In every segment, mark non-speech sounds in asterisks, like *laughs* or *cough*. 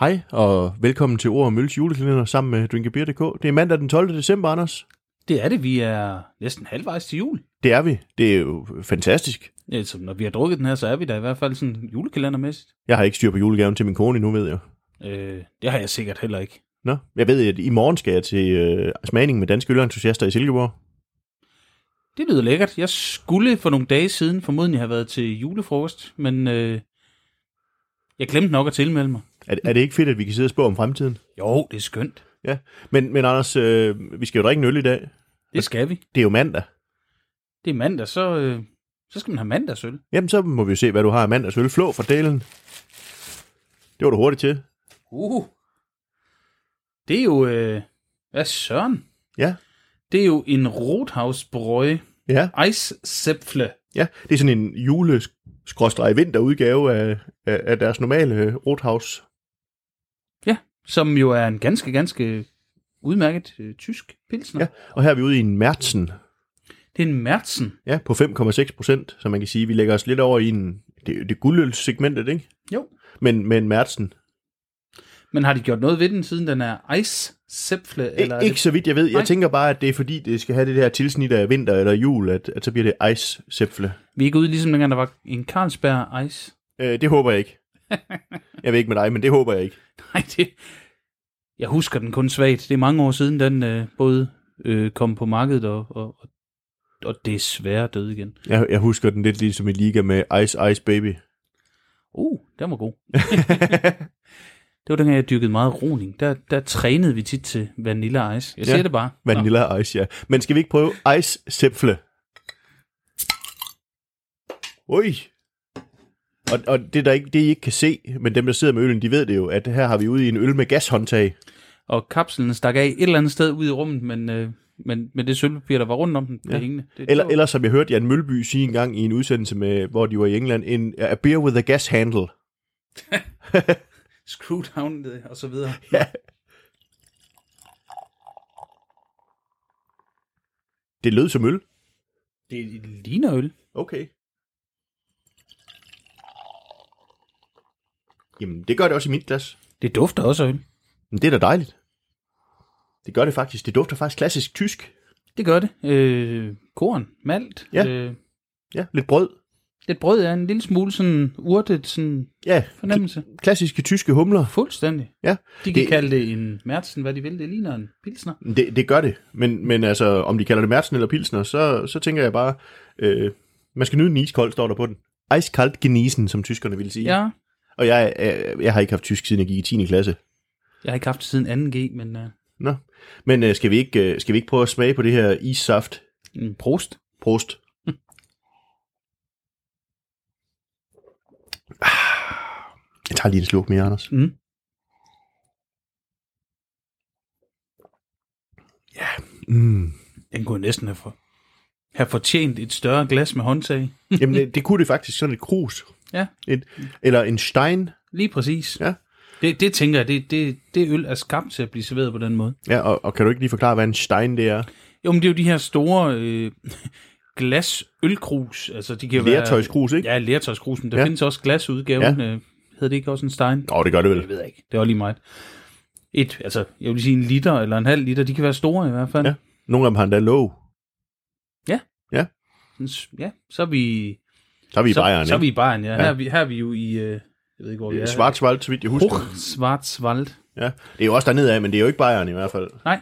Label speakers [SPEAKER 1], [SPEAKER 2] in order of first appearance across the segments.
[SPEAKER 1] Hej og velkommen til Ord og Mølles julekalender sammen med drinkabeer.dk. Det er mandag den 12. december, Anders.
[SPEAKER 2] Det er det. Vi er næsten halvvejs til jul.
[SPEAKER 1] Det er vi. Det er jo fantastisk.
[SPEAKER 2] Altså, når vi har drukket den her, så er vi da i hvert fald sådan julekalendermæssigt.
[SPEAKER 1] Jeg har ikke styr på julegaven til min kone endnu, ved jeg.
[SPEAKER 2] Øh, det har jeg sikkert heller ikke.
[SPEAKER 1] Nå, jeg ved, at i morgen skal jeg til øh, smagning med danske ølentusiaster i Silkeborg.
[SPEAKER 2] Det lyder lækkert. Jeg skulle for nogle dage siden formodentlig have været til julefrokost, men øh, jeg glemte nok at tilmelde mig.
[SPEAKER 1] Er, er det ikke fedt, at vi kan sidde og spå om fremtiden?
[SPEAKER 2] Jo, det er skønt.
[SPEAKER 1] Ja, men, men Anders, øh, vi skal jo drikke en øl i dag.
[SPEAKER 2] Det skal vi.
[SPEAKER 1] Det er jo mandag.
[SPEAKER 2] Det er mandag, så, øh, så skal man have mandagsøl.
[SPEAKER 1] Jamen, så må vi jo se, hvad du har af mandagsøl. Flå fra delen. Det var du hurtigt til.
[SPEAKER 2] Uh. Det er jo... Øh, hvad søren?
[SPEAKER 1] Ja,
[SPEAKER 2] Det er jo en Rothausbrøje
[SPEAKER 1] ja,
[SPEAKER 2] Eiszäpfle.
[SPEAKER 1] ja. Det er sådan en jule vinterudgave af, af, af deres normale øh, Rothaus.
[SPEAKER 2] Ja, som jo er en ganske, ganske udmærket øh, tysk pilsner.
[SPEAKER 1] Ja, og her er vi ude i en Mærtsen,
[SPEAKER 2] Det er en Mærtsen.
[SPEAKER 1] ja, på 5,6 procent, så man kan sige, vi lægger os lidt over i en, det, det guldølssegmentet, ikke?
[SPEAKER 2] Jo.
[SPEAKER 1] Men, men Mærtsen,
[SPEAKER 2] Men har de gjort noget ved den, siden den er Eiszäpfle? Eller er
[SPEAKER 1] Ik- ikke
[SPEAKER 2] det...
[SPEAKER 1] så vidt jeg ved. Jeg
[SPEAKER 2] Nej.
[SPEAKER 1] tænker bare, at det er fordi, det skal have det der tilsnit af vinter eller jul, at, at så bliver det ejssæfle.
[SPEAKER 2] Vi er ikke ude ligesom dengang, der var en Carlsberg Ice. *laughs*
[SPEAKER 1] Øh, det håber jeg *laughs* ikke. jeg ved ikke med dig, men det håber jeg ikke.
[SPEAKER 2] Nej, det... Jeg husker den kun svagt. Det er mange år siden, den øh, både øh, kom på markedet og, og, og- og desværre døde igen.
[SPEAKER 1] Jeg, jeg husker den lidt ligesom i liga med Ice Ice Baby.
[SPEAKER 2] Uh, den var
[SPEAKER 1] *laughs*
[SPEAKER 2] god. det var dengang, jeg dyrkede meget roning. Der, der trænede vi tit til Vanilla Ice. Jeg
[SPEAKER 1] Ja,
[SPEAKER 2] siger det bare. Nå.
[SPEAKER 1] Vanilla Ice, ja. Men skal vi ikke prøve Ice Sæfle? Ui. Og, og det, der ikke, det, I ikke kan se, men dem, der sidder med øllen, de ved det jo, at her har vi ude i en øl med gashåndtag.
[SPEAKER 2] Og kapslen stak af et eller andet sted ud i rummet, men, øh, men, men det sølvpapir, der var rundt om den, blev
[SPEAKER 1] Ja.
[SPEAKER 2] ja. hængende. Det,
[SPEAKER 1] Eller,
[SPEAKER 2] det var-
[SPEAKER 1] eller som jeg hørte Jan Mølby sige en gang i en udsendelse, med, hvor de var i England, en, a beer with a gas handle. *laughs*
[SPEAKER 2] screw down det, og så videre.
[SPEAKER 1] Ja. Det lød som øl.
[SPEAKER 2] Det ligner øl.
[SPEAKER 1] Okay. Jamen, det gør det også i mit glas.
[SPEAKER 2] Det dufter også af øl.
[SPEAKER 1] Men det er da dejligt. Det gør det faktisk. Det dufter faktisk klassisk tysk.
[SPEAKER 2] Det gør det. Øh, korn, malt,
[SPEAKER 1] Ja.
[SPEAKER 2] øh,
[SPEAKER 1] Ja, lidt brød.
[SPEAKER 2] lidt brød er en lille smule sådan urtet sådan
[SPEAKER 1] Ja,
[SPEAKER 2] fornemmelse.
[SPEAKER 1] kl- klassiske tyske humler.
[SPEAKER 2] Fuldstændig.
[SPEAKER 1] Ja,
[SPEAKER 2] De
[SPEAKER 1] Det-
[SPEAKER 2] kan det... kalde det en mærtsen, hvad de vil. Det ligner en pilsner.
[SPEAKER 1] Det, det gør det. Men, men altså, om de kalder det Mærsen eller Pilsner, så, så tænker jeg bare, øh, man skal nyde den iskold, står der på den. Eiskaldt genisen, som tyskerne ville sige.
[SPEAKER 2] Ja.
[SPEAKER 1] Og jeg, jeg, jeg har ikke haft tysk, siden jeg gik i 10. klasse.
[SPEAKER 2] Jeg har ikke haft det siden 2G, men øh,
[SPEAKER 1] Nå. Men øh, skal, vi ikke, øh, skal vi ikke prøve at smage på det her issaft?
[SPEAKER 2] en prost.
[SPEAKER 1] Prost. Ah, Jeg tager lige en sluk mere, Anders.
[SPEAKER 2] Mm.
[SPEAKER 1] Mm.
[SPEAKER 2] Den kunne jeg næsten have, for, have fortjent et større glas med håndtag.
[SPEAKER 1] Jamen, det, det kunne det faktisk. Sådan et krus.
[SPEAKER 2] Ja.
[SPEAKER 1] Et, eller en stein.
[SPEAKER 2] Lige præcis.
[SPEAKER 1] Ja.
[SPEAKER 2] Det, det tænker jeg, det, det, det øl er skabt til at blive serveret på den måde.
[SPEAKER 1] Ja, og, og kan du ikke lige forklare, hvad en stein det er?
[SPEAKER 2] Jo, men det er jo de her store øh, *laughs* glasølkrus. Altså, de kan jo
[SPEAKER 1] Lertøjskrus,
[SPEAKER 2] være...
[SPEAKER 1] ikke?
[SPEAKER 2] Ja, lertøjskrusen. Der
[SPEAKER 1] Ja.
[SPEAKER 2] ja. findes også glasudgaven. Ja. Øh, hedder det ikke også en stein?
[SPEAKER 1] Åh, oh, det gør det vel.
[SPEAKER 2] Jeg ved ikke. Det var lige meget. Et, altså, jeg vil sige en liter eller en halv liter. De kan være store i hvert fald.
[SPEAKER 1] Ja. Nogle af dem har endda låg.
[SPEAKER 2] Sådan s- ja så er vi...
[SPEAKER 1] Så er vi i
[SPEAKER 2] så,
[SPEAKER 1] Bayern,
[SPEAKER 2] så er
[SPEAKER 1] ikke?
[SPEAKER 2] vi i Bayern, ja.
[SPEAKER 1] Ja.
[SPEAKER 2] Her, er vi, her er vi jo i... Øh, jeg ved ikke, hvor vi er.
[SPEAKER 1] Schwarzwald, så vidt jeg husker.
[SPEAKER 2] Hoch Schwarzwald.
[SPEAKER 1] Ja. Det er jo også dernede af, men det er jo ikke Bayern i hvert fald.
[SPEAKER 2] Nej,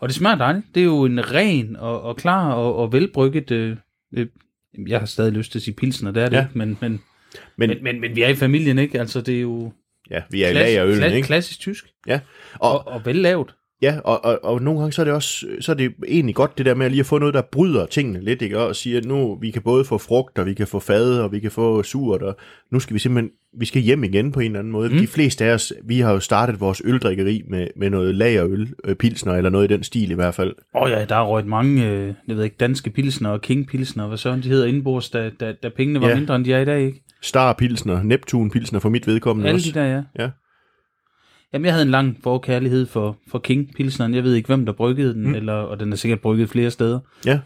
[SPEAKER 2] og det smager dejligt. Det er jo en ren og, og klar og, og velbrygget... Øh, øh, jeg har stadig lyst til at sige pilsen, og det er det
[SPEAKER 1] Ja.
[SPEAKER 2] ja. ikke, men, men,
[SPEAKER 1] Men,
[SPEAKER 2] men, men, men vi er i familien, ikke? Altså, det er jo
[SPEAKER 1] ja, vi er i lag af
[SPEAKER 2] kla-
[SPEAKER 1] ølen, ikke?
[SPEAKER 2] klassisk tysk
[SPEAKER 1] Ja, og,
[SPEAKER 2] og, og vellavet.
[SPEAKER 1] ja og, og, og, nogle gange så er det også så er det egentlig godt det der med at lige at få noget, der bryder tingene lidt, ikke? Og sige, at nu vi kan både få frugt, og vi kan få fad, og vi kan få surt, og nu skal vi simpelthen vi skal hjem igen på en eller anden måde. Mm. De fleste af os, vi har jo startet vores øldrikkeri med, med noget lagerøl, øh, pilsner eller noget i den stil i hvert fald.
[SPEAKER 2] Åh oh ja, der er røget mange, øh, jeg ved ikke, danske pilsner og kingpilsner, og hvad søren de hedder indenbords, da, da, da pengene var
[SPEAKER 1] Ja.
[SPEAKER 2] ja. mindre, end de er i dag, ikke?
[SPEAKER 1] Star Pilsner, Neptun Pilsner for mit vedkommende
[SPEAKER 2] Alle
[SPEAKER 1] også.
[SPEAKER 2] de der, ja.
[SPEAKER 1] Ja.
[SPEAKER 2] Jamen, jeg havde en lang forkærlighed for, for kingpilsneren. Jeg ved ikke, hvem der bryggede den,
[SPEAKER 1] Mm.
[SPEAKER 2] mm. eller, og den er sikkert brygget flere steder.
[SPEAKER 1] Ja.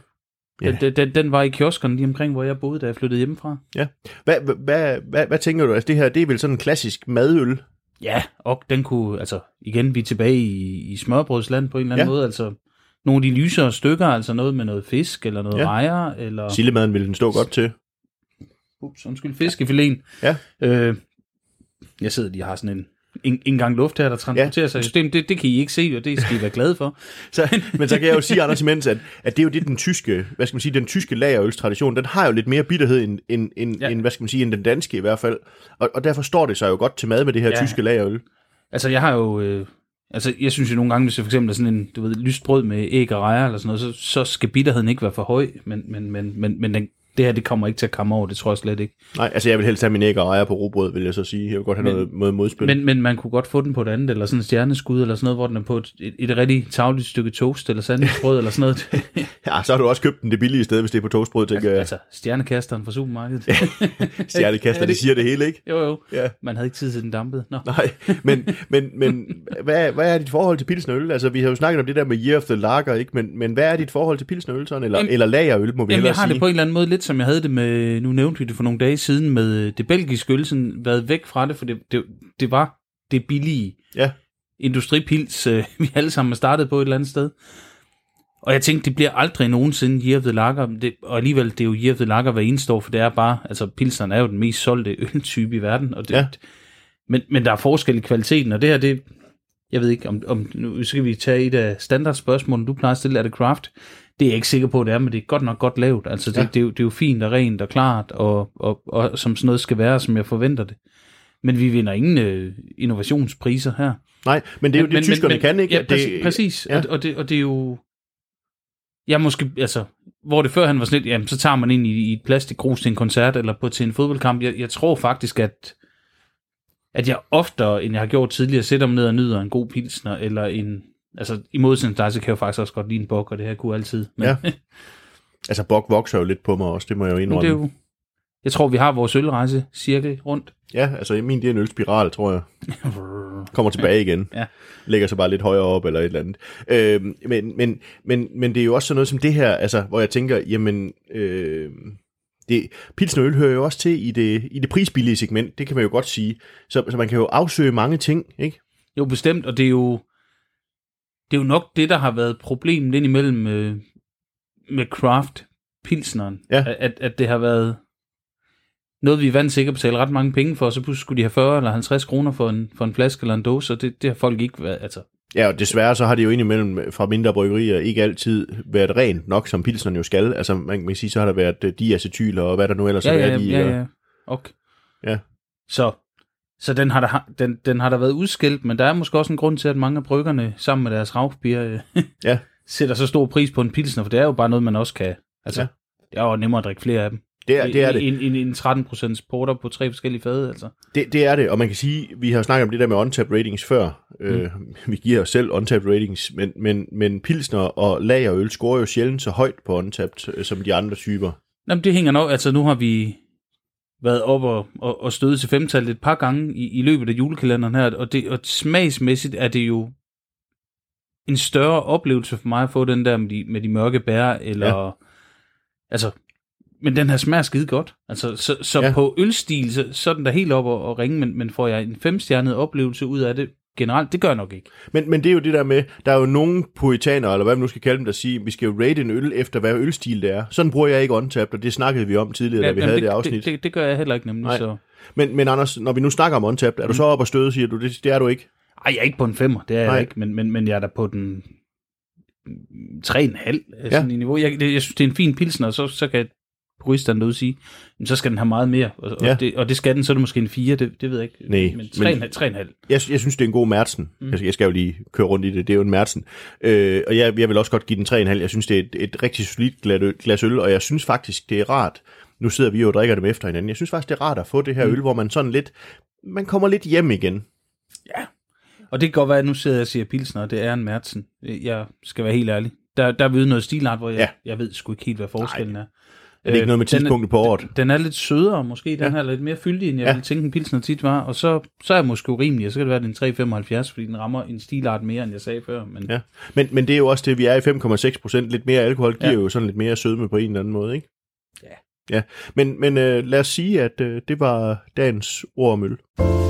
[SPEAKER 1] Ja.
[SPEAKER 2] Den, den- den, den var i kioskerne lige omkring, hvor jeg boede, da jeg flyttede hjemmefra.
[SPEAKER 1] Hvad, hvad, hvad, hvad, hvad tænker du? Altså det her, det er vel sådan en klassisk madøl?
[SPEAKER 2] Ja, og den kunne, altså igen, vi er tilbage i, i smørbrødsland på en eller anden
[SPEAKER 1] Ja.
[SPEAKER 2] ja. måde, altså nogle af de lysere stykker, altså noget med noget fisk, eller noget
[SPEAKER 1] Ja.
[SPEAKER 2] ja. rejer, eller...
[SPEAKER 1] Sillemaden ville den stå godt til.
[SPEAKER 2] Ups, undskyld, fiskefilén.
[SPEAKER 1] Ja.
[SPEAKER 2] Øh, jeg sidder lige og har sådan en, en, en gang luft her, der transporterer ja. sig i systemet. Det, det kan I ikke se, og det skal I være glade for. *laughs*
[SPEAKER 1] Så, men så kan jeg jo sige, Anders, imens, at, at det er jo det, den tyske, hvad skal man sige, den tyske lagerølstradition, den har jo lidt mere bitterhed end, end, end, ja.
[SPEAKER 2] Ja.
[SPEAKER 1] end hvad skal man sige, end den danske i hvert fald. Og, og derfor står det sig jo godt til mad med det her ja.
[SPEAKER 2] Ja.
[SPEAKER 1] tyske lagerøl.
[SPEAKER 2] Altså, jeg har jo... Øh, altså, jeg synes jo nogle gange, hvis jeg for eksempel er sådan en, du ved, lyst brød med æg og rejer eller sådan noget, så, så skal bitterheden ikke være for høj, men, men, men, men, men den, det her, det kommer ikke til at komme over, det tror jeg slet ikke.
[SPEAKER 1] Nej, altså jeg vil helst have min æg og ejer på robrød, vil jeg så sige. Jeg vil godt have
[SPEAKER 2] Men-
[SPEAKER 1] noget, noget modspil.
[SPEAKER 2] Men, men man kunne godt få den på et andet, eller sådan et stjerneskud, eller sådan noget, hvor den er på et, et, et rigtig tavligt stykke toast, eller sandwichbrød, eller sådan noget.
[SPEAKER 1] Ja, så har du også købt den det billige sted, hvis *laughs* det er på toastbrød,
[SPEAKER 2] *laughs*
[SPEAKER 1] tænker jeg.
[SPEAKER 2] altså, stjernekasteren fra supermarkedet.
[SPEAKER 1] Stjernekaster,
[SPEAKER 2] er
[SPEAKER 1] de
[SPEAKER 2] det-
[SPEAKER 1] siger det hele, ikke?
[SPEAKER 2] *laughs* jo, jo.
[SPEAKER 1] Ja.
[SPEAKER 2] Man havde ikke tid til den dampede. Nå.
[SPEAKER 1] Nej, men, men, men hvad, hvad er dit forhold til pilsen og øl? Altså, vi har jo snakket om det der med Year of the Lager, ikke? Men, men hvad er dit forhold til pilsen og øl, sådan? Eller,
[SPEAKER 2] Jamen-
[SPEAKER 1] eller lagerøl, må vi
[SPEAKER 2] Jamen,
[SPEAKER 1] hellere
[SPEAKER 2] jeg har
[SPEAKER 1] sige.
[SPEAKER 2] det på en eller anden måde lidt, som jeg havde det med, nu nævnte vi det for nogle dage siden, med øh, det belgiske øl, sådan været væk fra det, for det, det, det var det billige
[SPEAKER 1] Ja.
[SPEAKER 2] industripils, øh, *laughs* vi alle sammen har startet på et eller andet sted. Og jeg tænkte, det bliver aldrig nogensinde Year of the Lager, men det, og alligevel, det er jo Year of the Lager hver eneste år, for det er bare, altså pilsneren er jo den mest solgte *laughs* øltype i verden, og det,
[SPEAKER 1] Ja.
[SPEAKER 2] ja. men, men der er forskel i kvaliteten, og det her, det, jeg ved ikke, om, om nu skal vi tage et af standardspørgsmålene, du plejer at stille, er det craft? Det er jeg ikke sikker på, det er, men det er godt nok godt lavet. Altså, det,
[SPEAKER 1] Ja.
[SPEAKER 2] ja. det, er, jo, det er jo fint og rent og klart, og, og, og som sådan noget skal være, som jeg forventer det. Men vi vinder ingen øh, innovationspriser her.
[SPEAKER 1] Nej, men det er jo det,
[SPEAKER 2] men,
[SPEAKER 1] tyskerne
[SPEAKER 2] men,
[SPEAKER 1] kan, ikke?
[SPEAKER 2] Ja,
[SPEAKER 1] At det,
[SPEAKER 2] præcis. præcis.
[SPEAKER 1] ja.
[SPEAKER 2] Ja. Og, og, det, og det er jo... Ja, måske, altså, hvor det før han var sådan lidt, jamen, så tager man ind i, i et plastikgrus til en koncert eller på til en fodboldkamp. Jeg, jeg tror faktisk, at, at jeg oftere, end jeg har gjort tidligere, sætter mig ned og nyder en god pilsner, eller en, altså i modsætning til dig, så kan jeg jo faktisk også godt lide en bok, og det her kunne jeg altid. Men, *laughs*
[SPEAKER 1] Ja, Altså, Bok vokser jo lidt på mig også, det må jeg jo
[SPEAKER 2] men
[SPEAKER 1] indrømme.
[SPEAKER 2] det er jo, jeg tror, vi har vores ølrejse cirkel rundt.
[SPEAKER 1] Ja, altså, min det er en ølspiral, tror jeg. *laughs* Kommer tilbage igen.
[SPEAKER 2] Ja.
[SPEAKER 1] Lægger sig bare lidt højere op eller et eller andet. Øh, men, men, men, men det er jo også sådan noget som det her, altså, hvor jeg tænker, jamen... Øh, det, pilsen og øl hører jo også til i det, i det prisbillige segment, det kan man jo godt sige. Så, så man kan jo afsøge mange ting, ikke?
[SPEAKER 2] Jo, bestemt, og det er jo, det er jo nok det, der har været problemet indimellem øh, med craft pilsneren.
[SPEAKER 1] Ja.
[SPEAKER 2] At, at det har været noget, vi vandt sikkert betale ret mange penge for, og så pludselig skulle de have 40 eller 50 kroner for en, for en flaske eller en dåse, og det, det har folk ikke været, altså,
[SPEAKER 1] Ja, og desværre så har det jo indimellem fra mindre bryggerier ikke altid været rent nok, som pilsnerne jo skal. Altså, man kan sige, så har der været øh, diacetyler og hvad der nu ellers har været i. og-
[SPEAKER 2] ja, ja. Okay.
[SPEAKER 1] Ja.
[SPEAKER 2] Så, så den, har der, den, den har der været udskilt, men der er måske også en grund til, at mange af bryggerne sammen med deres ravbier øh, *laughs*
[SPEAKER 1] Ja.
[SPEAKER 2] sætter så stor pris på en pilsner, for det er jo bare noget, man også kan. Altså,
[SPEAKER 1] Ja.
[SPEAKER 2] ja. Det er jo nemmere at drikke flere af dem.
[SPEAKER 1] Det er, det er det.
[SPEAKER 2] En, en, en 13 porter på tre forskellige fade, altså.
[SPEAKER 1] det. Det er det, og man kan sige, vi har jo snakket om det der med on-tap ratings før. Mm. Øh, *laughs* vi giver os selv on-tap ratings, men, men, men pilsner og lagerøl scorer jo sjældent så højt på on-tapped, øh, som de andre typer.
[SPEAKER 2] Jamen, det hænger nok. Altså, nu har vi været op og, og, og støde til femtal et par gange i, i løbet af julekalenderen her, og, det, og smagsmæssigt er det jo en større oplevelse for mig at få den der med de, med de mørke bær, eller... Ja. Altså, men den her smager skide godt. Altså, så, så
[SPEAKER 1] Ja.
[SPEAKER 2] ja. på ølstil, så, så er den der helt op og, og ringe, men, men får jeg en femstjernet oplevelse ud af det generelt? Det gør jeg nok ikke.
[SPEAKER 1] Men, men det er jo det der med, der er jo nogle poetanere, eller hvad man nu skal kalde dem, der siger, vi skal jo rate en øl efter, hvad ølstil det er. Sådan bruger jeg ikke on-tap, og det snakkede vi om tidligere, da vi
[SPEAKER 2] Jamen,
[SPEAKER 1] havde det,
[SPEAKER 2] det,
[SPEAKER 1] det afsnit.
[SPEAKER 2] Det, det, det gør jeg heller ikke nemlig,
[SPEAKER 1] Nej.
[SPEAKER 2] Nej. så...
[SPEAKER 1] Men, men Anders, når vi nu snakker om untapped,
[SPEAKER 2] Mm.
[SPEAKER 1] er du så op og støde, siger du? Det, det er du ikke.
[SPEAKER 2] Ej, jeg er ikke på en femmer, det er
[SPEAKER 1] Nej.
[SPEAKER 2] jeg ikke, men, men, men jeg er da på den 3,5 ja. øh, sådan i niveau. Jeg, det, jeg synes, det er en fin pilsen, og så, så kan puristerne derude sige, men så skal den have meget mere, og,
[SPEAKER 1] Ja.
[SPEAKER 2] og, det, og det skal den, så er det måske en 4, det, det ved jeg ikke.
[SPEAKER 1] Nej,
[SPEAKER 2] men
[SPEAKER 1] men-
[SPEAKER 2] 3,5. Men...
[SPEAKER 1] Jeg, jeg synes, det er en god Mærtsen. Mm. Jeg, jeg skal jo lige køre rundt i det. Det er jo en Mærtsen. Øh, og jeg, jeg vil også godt give den 3,5. Jeg synes, det er et, et rigtig solidt glat øl- glas øl, og jeg synes faktisk, det er rart. Nu sidder vi jo og drikker dem efter hinanden. Jeg synes faktisk, det er rart at få det her mm. øl, hvor man sådan lidt... Man kommer lidt hjem igen.
[SPEAKER 2] Og det kan godt være, at nu sidder jeg og siger pilsner, og det er en Mærtsen. Jeg skal være helt ærlig. Der, der er vi ude i noget stilart, hvor jeg,
[SPEAKER 1] Ja.
[SPEAKER 2] ja. jeg ved sgu ikke helt, hvad forskellen er.
[SPEAKER 1] Er det ikke noget med
[SPEAKER 2] Øh, den er-
[SPEAKER 1] tidspunktet på året?
[SPEAKER 2] Den er lidt sødere måske, den
[SPEAKER 1] Ja.
[SPEAKER 2] ja. her er lidt mere fyldig, end jeg
[SPEAKER 1] Ja.
[SPEAKER 2] ja. ville tænke, en pilsner tit var. Og så, så er jeg måske urimelig, og så kan det være, at den er 3,75, fordi den rammer en stilart mere, end jeg sagde før. Men ja.
[SPEAKER 1] Ja. Men, men det er jo også det, vi er i 5,6 procent. Lidt mere alkohol giver
[SPEAKER 2] Ja.
[SPEAKER 1] jo sådan lidt mere sødme på en eller anden måde, ikke?
[SPEAKER 2] Ja.
[SPEAKER 1] Ja, men, men øh, lad os sige, at øh, det var dagens ord om øl.